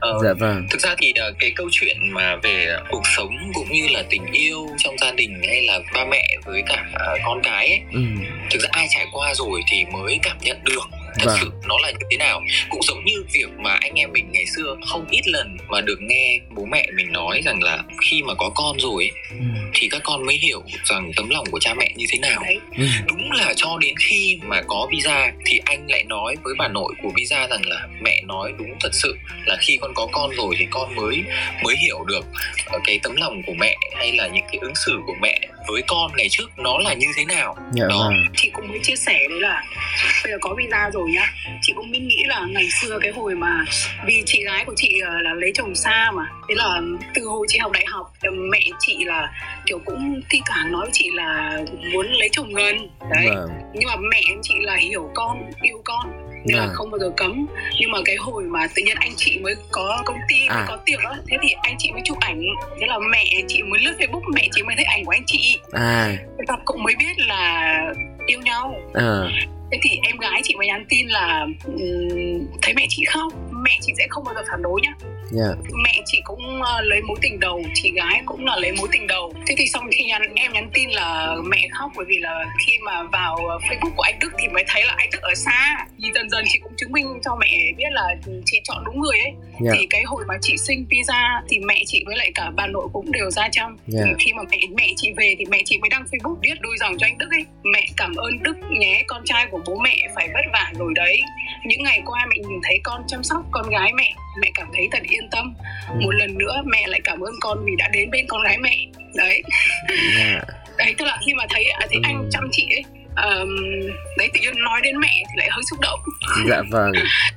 ờ,
dạ vâng,
thực ra thì ờ, cái câu chuyện mà về cuộc sống cũng như là tình yêu trong gia đình hay là ba mẹ với cả ờ, con cái ấy,
ừ,
thực ra ai trải qua rồi thì mới cảm nhận được thật
Vâng.
sự nó là như thế nào cũng giống như việc mà anh em mình ngày xưa không ít lần mà được nghe bố mẹ mình nói rằng là khi mà có con rồi ấy,
ừ.
thì các con mới hiểu rằng tấm lòng của cha mẹ như thế nào
Ừ.
đúng là cho đến khi mà có visa thì anh lại nói với bà nội của visa rằng là mẹ nói đúng thật sự là khi con có con rồi thì con mới mới hiểu được ờ, cái tấm lòng của mẹ hay là những cái ứng xử của mẹ với con ngày trước nó là như thế nào
dạ
Đó.
vâng,
chị cũng mới chia sẻ đấy là bây giờ có visa rồi nhá chị cũng mới nghĩ là ngày xưa cái hồi mà vì chị gái của chị ờ, là lấy chồng xa mà thế là từ hồi chị học đại học ờ, mẹ chị là kiểu cũng thi thoảng nói với chị là muốn lấy chồng gần đấy
vâng,
nhưng mà mẹ em chị là hiểu con yêu con nên là
vâng.
không bao giờ cấm nhưng mà cái hồi mà tự nhiên anh chị mới có công ty mới
À.
có tiệc á thế thì anh chị mới chụp ảnh thế là mẹ chị mới lướt facebook mẹ chị mới thấy ảnh của anh chị
à
thế là cũng mới biết là yêu nhau
ờ
thế thì em gái chị mới nhắn tin là "Ừm, thấy mẹ chị khóc mẹ chị sẽ không bao giờ phản đối nhá
Dạ.
mẹ chị cũng ờ, lấy mối tình đầu chị gái cũng là lấy mối tình đầu thế thì xong khi nhắn em nhắn tin là mẹ khóc bởi vì là khi mà vào ờ, facebook của anh đức thì mới thấy là anh đức ở xa thì dần dần chị cũng chứng minh cho mẹ biết là chị chọn đúng người ấy
Dạ.
thì cái hồi mà chị sinh pizza thì mẹ chị với lại cả bà nội cũng đều ra chăm
Dạ.
Thì khi mà mẹ mẹ chị về thì mẹ chị mới đăng facebook viết đôi dòng cho anh đức ấy mẹ cảm ơn đức nhé con trai của bố mẹ phải vất vả rồi đấy những ngày qua mẹ nhìn thấy con chăm sóc con gái mẹ mẹ cảm thấy thật yên tâm một lần nữa mẹ lại cảm ơn con vì đã đến bên con gái mẹ đấy
dạ
đấy tức là khi mà thấy à, thấy anh chăm chị ấy ờm, đấy tự nhiên nói đến mẹ thì lại hơi xúc động
dạ vâng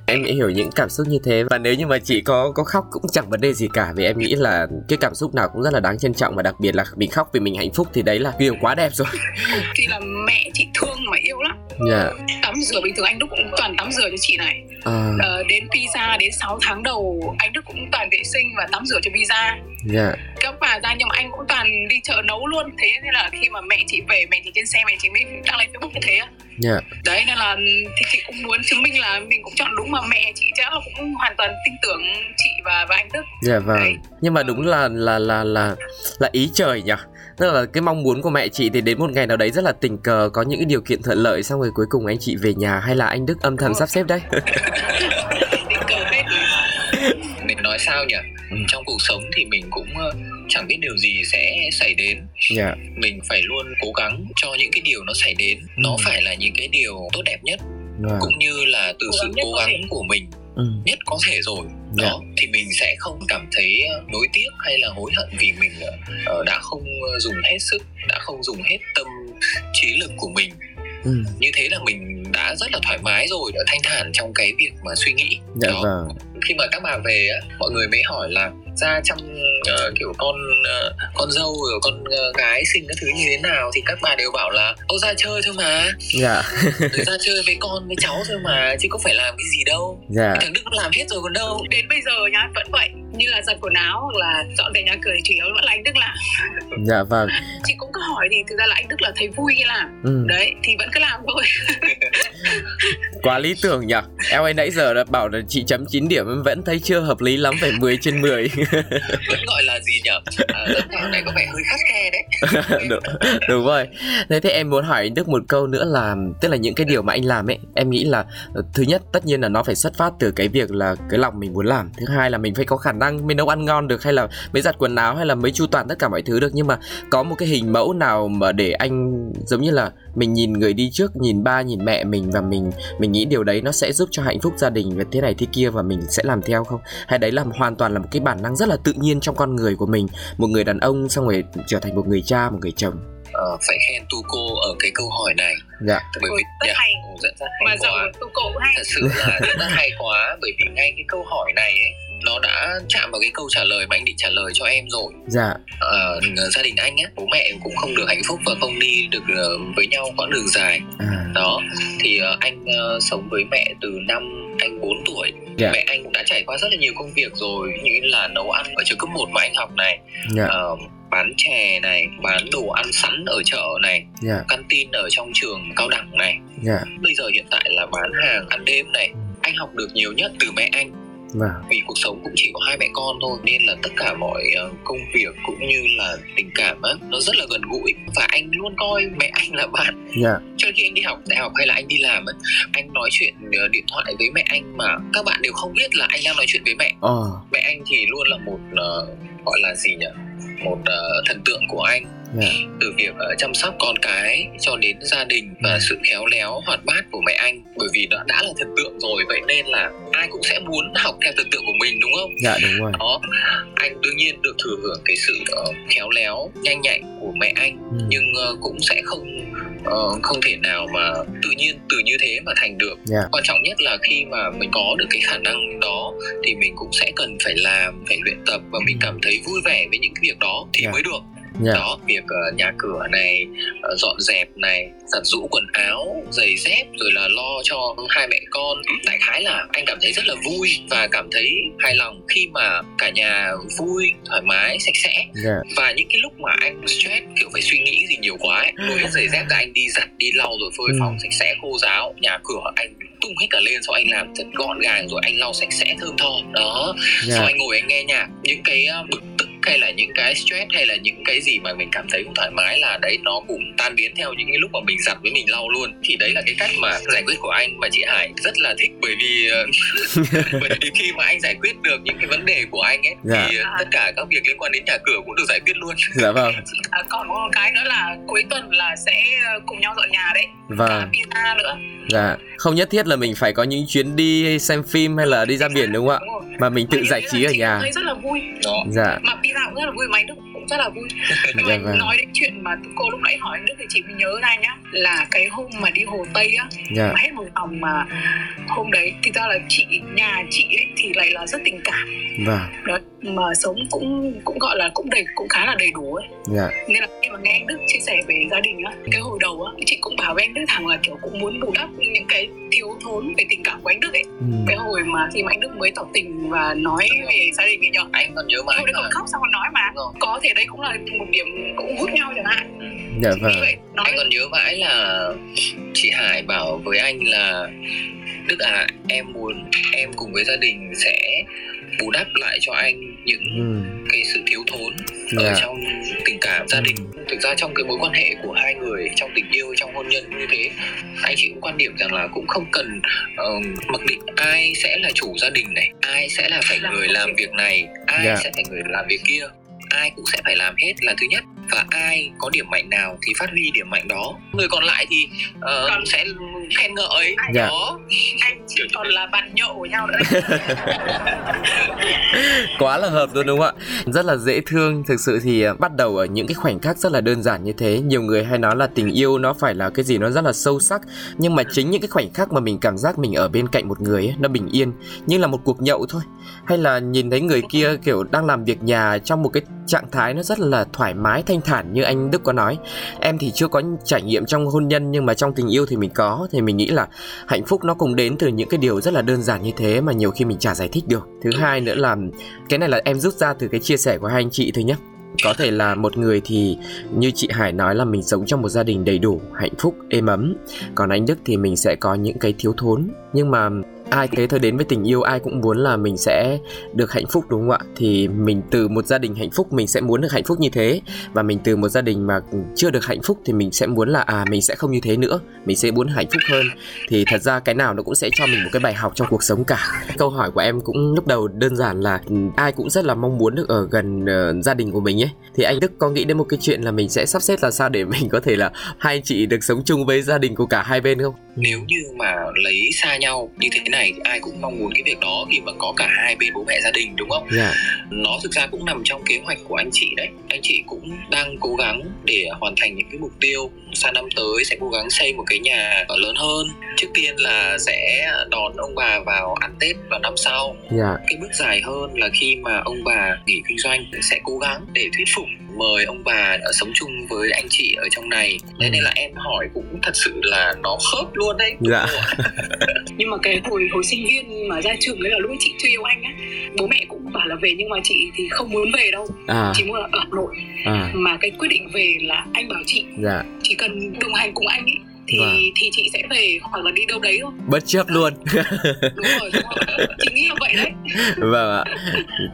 em nghĩ hiểu những cảm xúc như thế và nếu như mà chị có có khóc cũng chẳng vấn đề gì cả vì em nghĩ là cái cảm xúc nào cũng rất là đáng trân trọng và đặc biệt là mình khóc vì mình hạnh phúc thì đấy là điều quá đẹp rồi
thì là mẹ chị thương mà yêu lắm
dạ
tắm rửa bình thường anh đức cũng toàn tắm rửa cho chị này
à,
Ờ, đến visa đến 6 tháng đầu anh đức cũng toàn vệ sinh và tắm rửa cho visa
dạ
các bà ra nhưng mà anh cũng toàn đi chợ nấu luôn thế nên là khi mà mẹ chị về mẹ chị trên xe mẹ chị mới đăng lên facebook như thế ạ.
dạ
đấy nên là thì chị cũng muốn chứng minh là mình cũng chọn đúng mà mẹ chị chắc là cũng hoàn toàn tin tưởng chị và và anh đức
dạ
Đấy.
vâng nhưng mà đúng là là là là là ý trời nhỉ tức là cái mong muốn của mẹ chị thì đến một ngày nào đấy rất là tình cờ có những cái điều kiện thuận lợi xong rồi cuối cùng anh chị về nhà hay là anh Đức âm thầm sắp xếp đây
tình cờ hết
mình nói sao nhỉ trong cuộc sống thì mình cũng ờ, chẳng biết điều gì sẽ xảy đến
dạ
mình phải luôn cố gắng cho những cái điều nó xảy đến nó phải là những cái điều tốt đẹp nhất
vâng
cũng như là từ
Cố
sự
gắng nhất
cố
có
gắng
thể.
của mình
ừ.
nhất có thể rồi
Dạ.
đó thì mình sẽ không cảm thấy ờ, nối tiếc hay là hối hận vì mình ờ, đã không ờ, dùng hết sức đã không dùng hết tâm trí lực của mình
Ừ.
như thế là mình đã rất là thoải mái rồi đã thanh thản trong cái việc mà suy nghĩ
dạ
đó
vâng
khi mà các bà về á, mọi người mới hỏi là ra chăm ờ, kiểu con ờ, con dâu rồi con ờ, gái sinh các thứ như thế nào thì các bà đều bảo là ô ra chơi thôi mà
dạ
rồi ra chơi với con với cháu thôi mà chứ có phải làm cái gì đâu
dạ
thằng đức nó làm hết rồi còn đâu
đến bây giờ nhá vẫn vậy như là giặt quần áo hoặc là dọn về nhà cười chủ yếu vẫn là anh đức làm
dạ vâng
chị cũng cứ hỏi thì thực ra là anh đức là thấy vui khi làm
ừ.
đấy thì vẫn cứ làm thôi
quá lý tưởng nhỉ em ấy nãy giờ đã bảo là chị chấm 9 điểm em vẫn thấy chưa hợp lý lắm phải 10 trên 10
vẫn gọi là gì nhở à, giám khảo này có vẻ hơi khắt khe đấy
đúng, đúng rồi thế thì em muốn hỏi anh Đức một câu nữa là tức là những cái điều mà anh làm ấy em nghĩ là ờ, thứ nhất tất nhiên là nó phải xuất phát từ cái việc là cái lòng mình muốn làm thứ hai là mình phải có khả năng mới nấu ăn ngon được hay là mới giặt quần áo hay là mới chu toàn tất cả mọi thứ được nhưng mà có một cái hình mẫu nào mà để anh giống như là mình nhìn người đi trước nhìn ba nhìn mẹ mình và mình mình nghĩ điều đấy nó sẽ giúp cho hạnh phúc gia đình và thế này thế kia và mình sẽ làm theo không hay đấy là hoàn toàn là một cái bản năng rất là tự nhiên trong con người của mình một người đàn ông xong rồi trở thành một người cha một người chồng
Ờ, phải khen tu cô ở cái câu hỏi này
Dạ.
bởi
Ôi,
vì
rất
dạ,
hay.
ồ, rất- rất
mà
hay
giọng
quá
tu cổ hay
thật sự là rất là hay quá bởi vì ngay cái câu hỏi này ấy nó đã chạm vào cái câu trả lời mà anh định trả lời cho em rồi
dạ
Ờ, gia đình anh á bố mẹ cũng không được hạnh phúc và không đi được ờ, với nhau quãng đường dài
à,
đó thì ờ, anh ờ, sống với mẹ từ năm anh 4 tuổi
Dạ.
mẹ anh cũng đã trải qua rất là nhiều công việc rồi như là nấu ăn ở trường cấp 1 mà anh học này
dạ
ờ, bán chè này bán đồ ăn sẵn ở chợ này
dạ
căn tin ở trong trường cao đẳng này
dạ Ừ.
bây giờ hiện tại là bán hàng ăn đêm này anh học được nhiều nhất từ mẹ anh
vâng
vì cuộc sống cũng chỉ có hai mẹ con thôi nên là tất cả mọi ờ, công việc cũng như là tình cảm á nó rất là gần gũi và anh luôn coi mẹ anh là bạn
dạ
cho khi anh đi học đại học hay là anh đi làm á anh nói chuyện ờ, điện thoại với mẹ anh mà các bạn đều không biết là anh đang nói chuyện với mẹ
ờ
mẹ anh thì luôn là một ờ, gọi là gì nhỉ một ờ, thần tượng của anh
dạ
từ việc ờ, chăm sóc con cái cho đến gia đình và sự khéo léo hoạt bát của mẹ anh bởi vì đã, đã là thần tượng rồi vậy nên là ai cũng sẽ muốn học theo thần tượng của mình đúng không
dạ đúng rồi
đó anh đương nhiên được thừa hưởng cái sự ờ, khéo léo nhanh nhạy của mẹ anh
Ừ,
nhưng ờ, cũng sẽ không ờ, không thể nào mà tự nhiên từ như thế mà thành được
Dạ.
quan trọng nhất là khi mà mình có được cái khả năng đó thì mình cũng sẽ cần phải làm phải luyện tập và mình
Ừ.
cảm thấy vui vẻ với những cái việc đó thì
Dạ.
mới được
Dạ.
đó việc ờ, nhà cửa này ờ, dọn dẹp này giặt rũ quần áo giày dép rồi là lo cho hai mẹ con đại khái là anh cảm thấy rất là vui và cảm thấy hài lòng khi mà cả nhà vui thoải mái sạch sẽ
dạ
và những cái lúc mà anh stress kiểu phải suy nghĩ gì nhiều quá ấy, nối hết giày dép ra anh đi giặt đi lau rồi phơi
Ừ.
phòng sạch sẽ khô ráo nhà cửa anh tung hết cả lên sau anh làm thật gọn gàng rồi anh lau sạch sẽ thơm tho đó sau
dạ
anh ngồi anh nghe nhạc những cái uh, bực tức hay là những cái stress hay là những cái gì mà mình cảm thấy không thoải mái là đấy nó cũng tan biến theo những cái lúc mà mình giặt với mình lau luôn thì đấy là cái cách mà giải quyết của anh và chị Hải rất là thích bởi vì uh, bởi vì khi mà anh giải quyết được những cái vấn đề của anh ấy
Dạ.
thì uh, tất cả các việc liên quan đến nhà cửa cũng được giải quyết luôn
dạ vâng
à, còn có một cái nữa là cuối tuần là sẽ ờ, cùng nhau dọn nhà đấy cả
vâng
pizza nữa
dạ không nhất thiết là mình phải có những chuyến đi hay xem phim hay là đi ra biển đúng không
đúng rồi
ạ mà mình Ờ, tự
Mà
giải
em thấy
trí
là
ở
chị
nhà
cũng thấy rất là vui
đó
dạ
mà pizza cũng rất là vui máy đức cũng rất là vui
dạ
mà
vâng
nói đến chuyện mà cô lúc nãy hỏi đức thì chị mới nhớ ra nhá là cái hôm mà đi hồ tây á
dạ
mà hết một vòng mà hôm đấy thì ra là chị nhà chị ấy thì lại là rất tình cảm
vâng
đó mà sống cũng cũng gọi là cũng đầy cũng khá là đầy đủ ấy
dạ
nên là khi mà nghe anh Đức chia sẻ về gia đình á cái hồi đầu á chị cũng bảo với anh Đức thẳng là kiểu cũng muốn bù đắp những cái thiếu thốn về tình cảm của anh Đức ấy
ừ,
cái hồi mà khi mà anh Đức mới tỏ tình và nói về gia đình ấy nhở
anh còn nhớ mãi
Hồi đấy còn
mà
khóc xong còn nói mà
Đúng rồi.
có thể đấy cũng là một điểm cũng hút nhau chẳng hạn
dạ
Như
vâng
vậy nói
anh còn nhớ mãi là chị Hải bảo với anh là Đức à em muốn em cùng với gia đình sẽ bù đắp lại cho anh những
ừ,
cái sự thiếu thốn ở
dạ
trong tình cảm gia đình thực ra trong cái mối quan hệ của hai người trong tình yêu trong hôn nhân như thế anh chị cũng quan điểm rằng là cũng không cần ờ, mặc định ai sẽ là chủ gia đình này ai sẽ là phải người làm việc này ai
Dạ.
sẽ phải người làm việc kia ai cũng sẽ phải làm hết là thứ nhất và ai có điểm mạnh nào thì phát huy điểm mạnh đó người còn lại thì ờ,
Còn-
sẽ khen ngợi
Dạ.
đó
anh chỉ còn là bạn nhậu của nhau nữa đấy.
quá là hợp luôn đúng không ạ rất là dễ thương thực sự thì à, bắt đầu ở những cái khoảnh khắc rất là đơn giản như thế nhiều người hay nói là tình yêu nó phải là cái gì nó rất là sâu sắc nhưng mà chính những cái khoảnh khắc mà mình cảm giác mình ở bên cạnh một người ấy, nó bình yên như là một cuộc nhậu thôi hay là nhìn thấy người kia kiểu đang làm việc nhà trong một cái trạng thái nó rất là thoải mái thanh thản như anh Đức có nói em thì chưa có trải nghiệm trong hôn nhân nhưng mà trong tình yêu thì mình có thì mình nghĩ là hạnh phúc nó cũng đến từ những cái điều rất là đơn giản như thế mà nhiều khi mình chả giải thích được thứ hai nữa là cái này là em rút ra từ cái chia sẻ của hai anh chị thôi nhé có thể là một người thì như chị Hải nói là mình sống trong một gia đình đầy đủ, hạnh phúc, êm ấm Còn anh Đức thì mình sẽ có những cái thiếu thốn Nhưng mà ai thế thôi đến với tình yêu ai cũng muốn là mình sẽ được hạnh phúc đúng không ạ Thì mình từ một gia đình hạnh phúc mình sẽ muốn được hạnh phúc như thế Và mình từ một gia đình mà chưa được hạnh phúc thì mình sẽ muốn là à mình sẽ không như thế nữa Mình sẽ muốn hạnh phúc hơn Thì thật ra cái nào nó cũng sẽ cho mình một cái bài học trong cuộc sống cả câu hỏi của em cũng lúc đầu đơn giản là ừ, ai cũng rất là mong muốn được ở gần ờ, gia đình của mình ấy thì anh Đức có nghĩ đến một cái chuyện là mình sẽ sắp xếp là sao để mình có thể là hai chị được sống chung với gia đình của cả hai bên không
nếu như mà lấy xa nhau như thế này thì ai cũng mong muốn cái việc đó khi mà có cả hai bên bố mẹ gia đình đúng không
dạ
nó thực ra cũng nằm trong kế hoạch của anh chị đấy anh chị cũng đang cố gắng để hoàn thành những cái mục tiêu sang năm tới sẽ cố gắng xây một cái nhà ở lớn hơn trước tiên là sẽ đón ông bà vào ăn tết vào năm sau
dạ
cái bước dài hơn là khi mà ông bà nghỉ kinh doanh sẽ cố gắng để thuyết phục mời ông bà ở sống chung với anh chị ở trong này thế nên là em hỏi cũng thật sự là nó khớp luôn đấy
dạ
nhưng mà cái hồi hồi sinh viên mà ra trường đấy là lúc ấy chị chưa yêu anh á bố mẹ cũng bảo là về nhưng mà chị thì không muốn về đâu
à
chị muốn ở Hà Nội
à
mà cái quyết định về là anh bảo chị
dạ
chỉ cần đồng hành cùng anh ấy thì
Vâng.
thì chị sẽ về hoặc là đi đâu đấy thôi
bất chấp luôn
đúng rồi đúng rồi chị nghĩ là vậy đấy
vâng ạ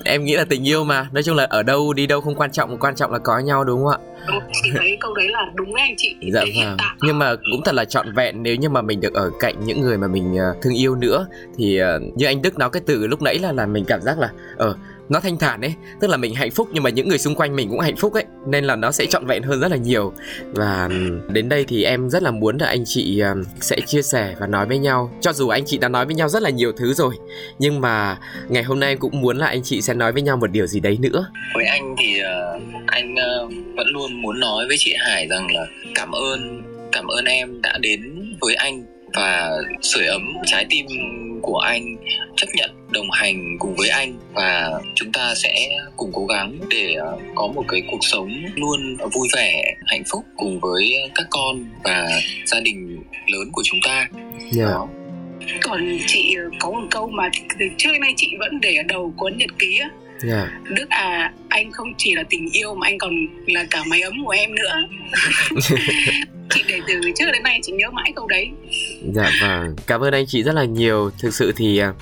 em nghĩ là tình yêu mà nói chung là ở đâu đi đâu không quan trọng quan trọng là có nhau đúng không ạ
Đúng, chị thấy câu đấy là đúng đấy anh chị
dạ
Đến hiện
vâng
tại
nhưng mà cũng thật là trọn vẹn nếu như mà mình được ở cạnh những người mà mình ờ, thương yêu nữa thì ờ, như anh đức nói cái từ lúc nãy là là mình cảm giác là ờ nó thanh thản ấy tức là mình hạnh phúc nhưng mà những người xung quanh mình cũng hạnh phúc ấy nên là nó sẽ trọn vẹn hơn rất là nhiều và ừm, đến đây thì em rất là muốn là anh chị ừm, sẽ chia sẻ và nói với nhau cho dù anh chị đã nói với nhau rất là nhiều thứ rồi nhưng mà ngày hôm nay em cũng muốn là anh chị sẽ nói với nhau một điều gì đấy nữa
với anh thì ờ, anh ờ, vẫn luôn muốn nói với chị Hải rằng là cảm ơn cảm ơn em đã đến với anh và sưởi ấm trái tim tâm của anh chấp nhận đồng hành cùng với anh và chúng ta sẽ cùng cố gắng để ờ, có một cái cuộc sống luôn vui vẻ hạnh phúc cùng với các con và gia đình lớn của chúng ta
Dạ.
còn chị ờ, có một câu mà từ trước đến nay chị vẫn để ở đầu cuốn nhật ký á
Dạ.
Đức à anh không chỉ là tình yêu mà anh còn là cả mái ấm của em nữa chị để từ trước đến nay chị nhớ mãi câu đấy
Dạ vâng, cảm ơn anh chị rất là nhiều. Thực sự thì à,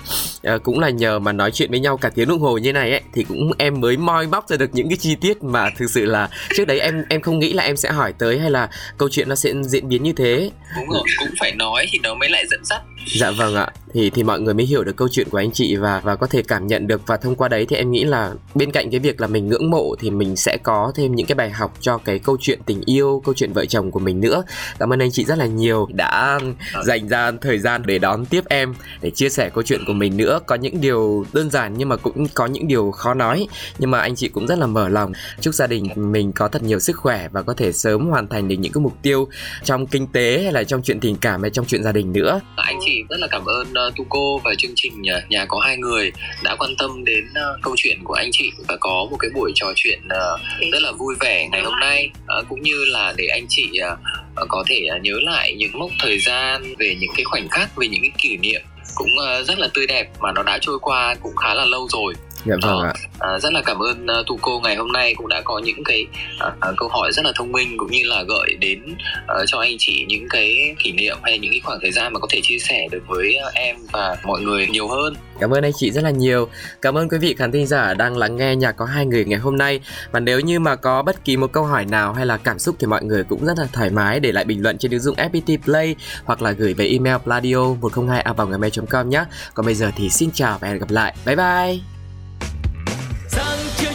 à, cũng là nhờ mà nói chuyện với nhau cả tiếng đồng hồ như này ấy thì cũng em mới moi bóc ra được những cái chi tiết mà thực sự là trước đấy em em không nghĩ là em sẽ hỏi tới hay là câu chuyện nó sẽ diễn biến như thế.
đúng rồi cũng phải nói thì nó mới lại dẫn dắt
Dạ vâng ạ. Thì thì mọi người mới hiểu được câu chuyện của anh chị và và có thể cảm nhận được và thông qua đấy thì em nghĩ là bên cạnh cái việc là mình ngưỡng mộ thì mình sẽ có thêm những cái bài học cho cái câu chuyện tình yêu, câu chuyện vợ chồng của mình nữa. Cảm ơn anh chị rất là nhiều đã dành ra thời gian để đón tiếp em để chia sẻ câu chuyện của mình nữa. Có những điều đơn giản nhưng mà cũng có những điều khó nói nhưng mà anh chị cũng rất là mở lòng. Chúc gia đình mình có thật nhiều sức khỏe và có thể sớm hoàn thành được những cái mục tiêu trong kinh tế hay là trong chuyện tình cảm hay trong chuyện gia đình nữa.
Dạ, anh chị rất là cảm ơn ờ, Tuco và chương trình ờ, nhà có hai người đã quan tâm đến ờ, câu chuyện của anh chị và có một cái buổi trò chuyện ờ, rất là vui vẻ ngày hôm nay Ờ, cũng như là để anh chị ờ, ờ, có thể ờ, nhớ lại những mốc thời gian về những cái khoảnh khắc về những cái kỷ niệm cũng ờ, rất là tươi đẹp mà nó đã trôi qua cũng khá là lâu rồi
Dạ vâng
Ờ.
ạ.
À, rất là cảm ơn uh, Tu cô ngày hôm nay cũng đã có những cái à, à, câu hỏi rất là thông minh cũng như là gợi đến ờ, cho anh chị những cái kỷ niệm hay những cái khoảng thời gian mà có thể chia sẻ được với ờ, em và mọi người nhiều hơn.
Cảm ơn anh chị rất là nhiều. Cảm ơn quý vị khán thính giả đang lắng nghe nhà có hai người ngày hôm nay. Và nếu như mà có bất kỳ một câu hỏi nào hay là cảm xúc thì mọi người cũng rất là thoải mái để lại bình luận trên ứng dụng FPT Play hoặc là gửi về email pladio 102 gmail com nhé. Còn bây giờ thì xin chào và hẹn gặp lại. Bye bye.
Sáng chiều